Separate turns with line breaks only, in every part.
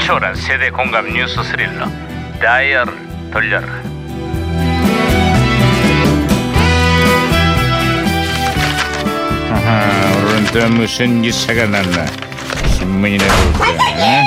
치열한 세대 공감 뉴스 스릴러 다이얼을 돌려라 아하, 오늘은 또 무슨 기사가 났나 신문이나 볼까 어?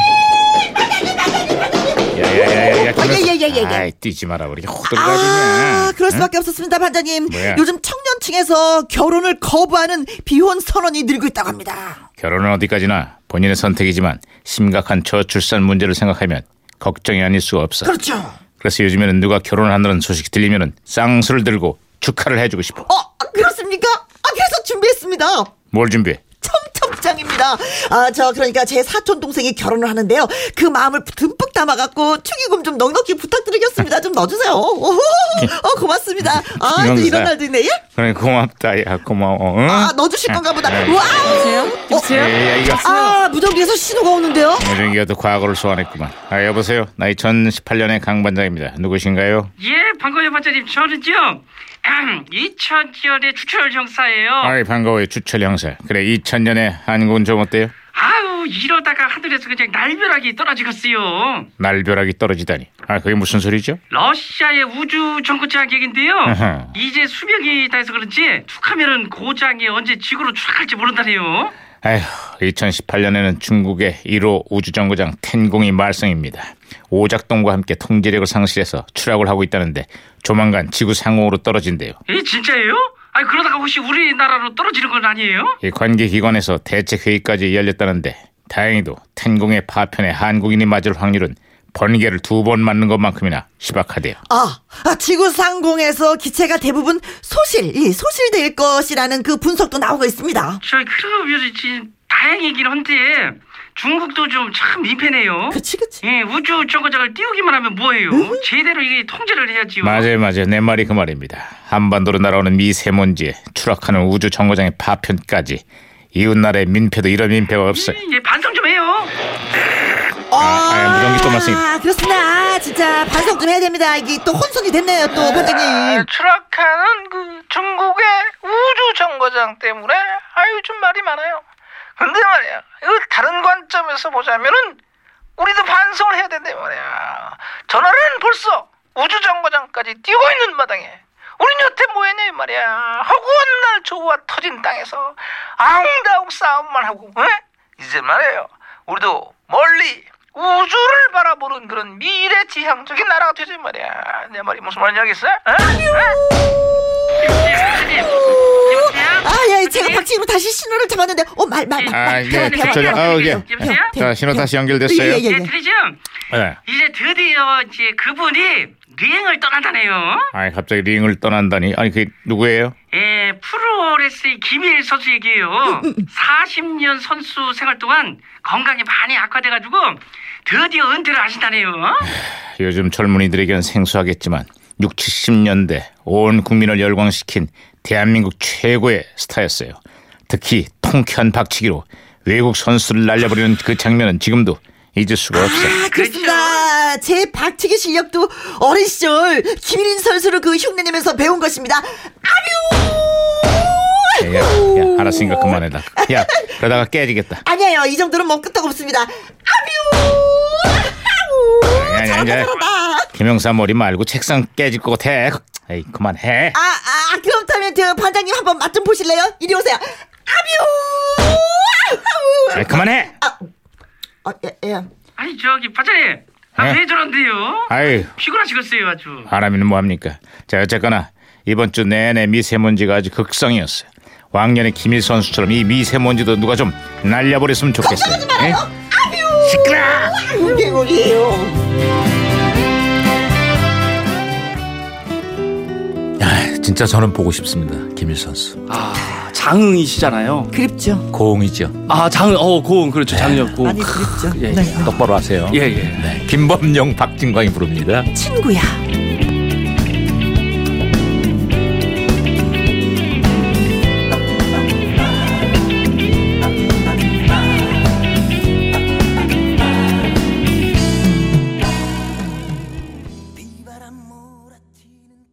야야야야야
어, 예예예예.
아이 뛰지 마라 우리 확
아,
돌아가지냐
그럴 수밖에 없었습니다, 반장님.
그 뭐야?
요즘 청년층에서 결혼을 거부하는 비혼 선언이 늘고 있다고 합니다.
결혼은 어디까지나 본인의 선택이지만 심각한 저출산 문제를 생각하면 걱정이 아닐 수가 없어.
그렇죠.
그래서 요즘에는 누가 결혼한다는 소식 들리면은 쌍수를 들고 축하를 해주고 싶어.
어, 아, 그렇습니까? 아, 그래서 준비했습니다.
뭘 준비해?
청첩장입니다. 아, 저 그러니까 제 사촌 동생이 결혼을 하는데요. 그 마음을 듬뿍 담아갖고 축의금 좀 넉넉히 부탁드리겠습니다. 좀 넣어주세요. 오호, 어, 고맙습니다. 아,
예.
또
김영사.
이런 날도 있네. 예?
그래 고맙다 야 고마워. 응?
아, 넣어주실 건가 보다.
네.
와우. 어,
여보세요? 여보세요?
야 이거
아, 무전기에서 신호가 오는데요.
요정이가 또 과거를 소환했구만. 아 여보세요. 나 2018년의 강 반장입니다. 누구신가요?
예, 반가워요, 반장님. 저는요, 2000년의 추철 형사예요.
아이 반가워요 주철 형사. 그래 2000년에 한국은 좀 어때요?
아우, 이러다가 하늘에서 그냥 날벼락이 떨어지겠어요.
날벼락이 떨어지다니. 아 그게 무슨 소리죠?
러시아의 우주 정거장 얘긴데요.
아하.
이제 수명이 다해서 그런지 툭하면은 고장이 언제 지구로 추락할지 모른다네요.
아휴, 2018년에는 중국의 1호 우주정거장 텐공이 말썽입니다. 오작동과 함께 통제력을 상실해서 추락을 하고 있다는데 조만간 지구 상공으로 떨어진대요.
예, 진짜예요? 아, 그러다가 혹시 우리나라로 떨어지는 건 아니에요?
이 관계기관에서 대책회의까지 열렸다는데 다행히도 텐공의 파편에 한국인이 맞을 확률은 번개를 두 번 맞는 것만큼이나 희박하대요.
아, 아, 지구 상공에서 기체가 대부분 소실, 이 소실될 것이라는 그 분석도 나오고 있습니다.
저, 그러면 지금 다행이긴 한데, 중국도 좀 참 민폐네요.
그치, 그치.
예, 우주 정거장을 띄우기만 하면 뭐예요?
네?
제대로 이게 통제를 해야지요.
맞아요, 맞아요. 내 말이 그 말입니다. 한반도로 날아오는 미세먼지에 추락하는 우주정거장의 파편까지 이웃나라의 민폐도 이런 민폐가 없어요.
예, 반성 좀 해요.
아,
아, 무전기 또 맞습니다.
그렇습니다. 아, 진짜 반성 좀 해야 됩니다. 이게 또 혼선이 됐네요, 또, 반장님.
추락하는 그 중국의 우주 정거장 때문에 아유 좀 말이 많아요. 근데 말이야, 이거 다른 관점에서 보자면은 우리도 반성을 해야 된대 말이야. 전화는 벌써 우주 정거장까지 뛰고 있는 마당에 우린 여태 뭐했냐 이 말이야. 허구한 날 조우와 터진 땅에서 아웅다웅 싸움만 하고 에? 이제 말이에요. 우리도 멀리 우주를 바라보는 그런 미래지향적인 나라가 되지 말이야. 내 말이 무슨 말인지 알겠어? 에?
예,
아, 예, 제가 박지희로 다시 신호를 잡았는데, 어, 말, 말, 말.
아,
대화,
예,
대화,
저리,
대화.
아, 예.
여보세요?
자, 신호 다시 연결됐어요.
음. 예, 예,
예,
예.
들리죠?
예.
이제 드디어 이제 그분이 리행을 떠난다네요.
아니 갑자기 링을 떠난다니. 아니 그게 누구예요?
예, 프로레슬링 김일 선수 얘기예요.
음,
40년 선수 생활 동안 건강이 많이 악화돼가지고 드디어 은퇴를 하신다네요.
요즘 젊은이들에겐 생소하겠지만 6, 70년대 온 국민을 열광시킨 대한민국 최고의 스타였어요. 특히 통쾌한 박치기로 외국 선수를 날려버리는 그 장면은 지금도 잊을 수가 없어요.
아, 그렇습니다. 제 박치기 실력도 어린 시절 김일인 선수를 그 흉내내면서 배운 것입니다. 아뮤!
야, 야, 야, 예, 알았으니까 그만해라. 야, 그러다가 깨지겠다.
아니에요. 이 정도는 뭐 끄떡 없습니다. 아뮤! 아우!
아니, 아니,
잘한다,
아니.
잘한다.
김영사 머리 말고 책상 깨질 것 같아. 에이, 그만해.
아, 아, 그렇다면 저 반장님 한번 맛 좀 보실래요? 이리 오세요. 아뮤!
아이, 그만해.
아, 예, 예.
아니 저기 반장님, 아,
예?
네.
왜 저런데요?
아유.
피곤하시겠어요 아주.
바람이는 뭐합니까? 자, 어쨌거나 이번 주 내내 미세먼지가 아주 극성이었어요. 왕년의 김일 선수처럼 이 미세먼지도 누가 좀 날려버렸으면 좋겠어요. 예?
아뮤! 개구리예요.
아, 진짜 저는 보고 싶습니다. 김일 선수.
아 장흥이시잖아요.
그립죠.
고흥이죠. 네.
아 장흥 어 고은 그렇죠 장흥역 고은.
많이 그립죠.
예, 예.
네.
똑바로 하세요.
예 예.
김범용 박진광이 부릅니다.
친구야.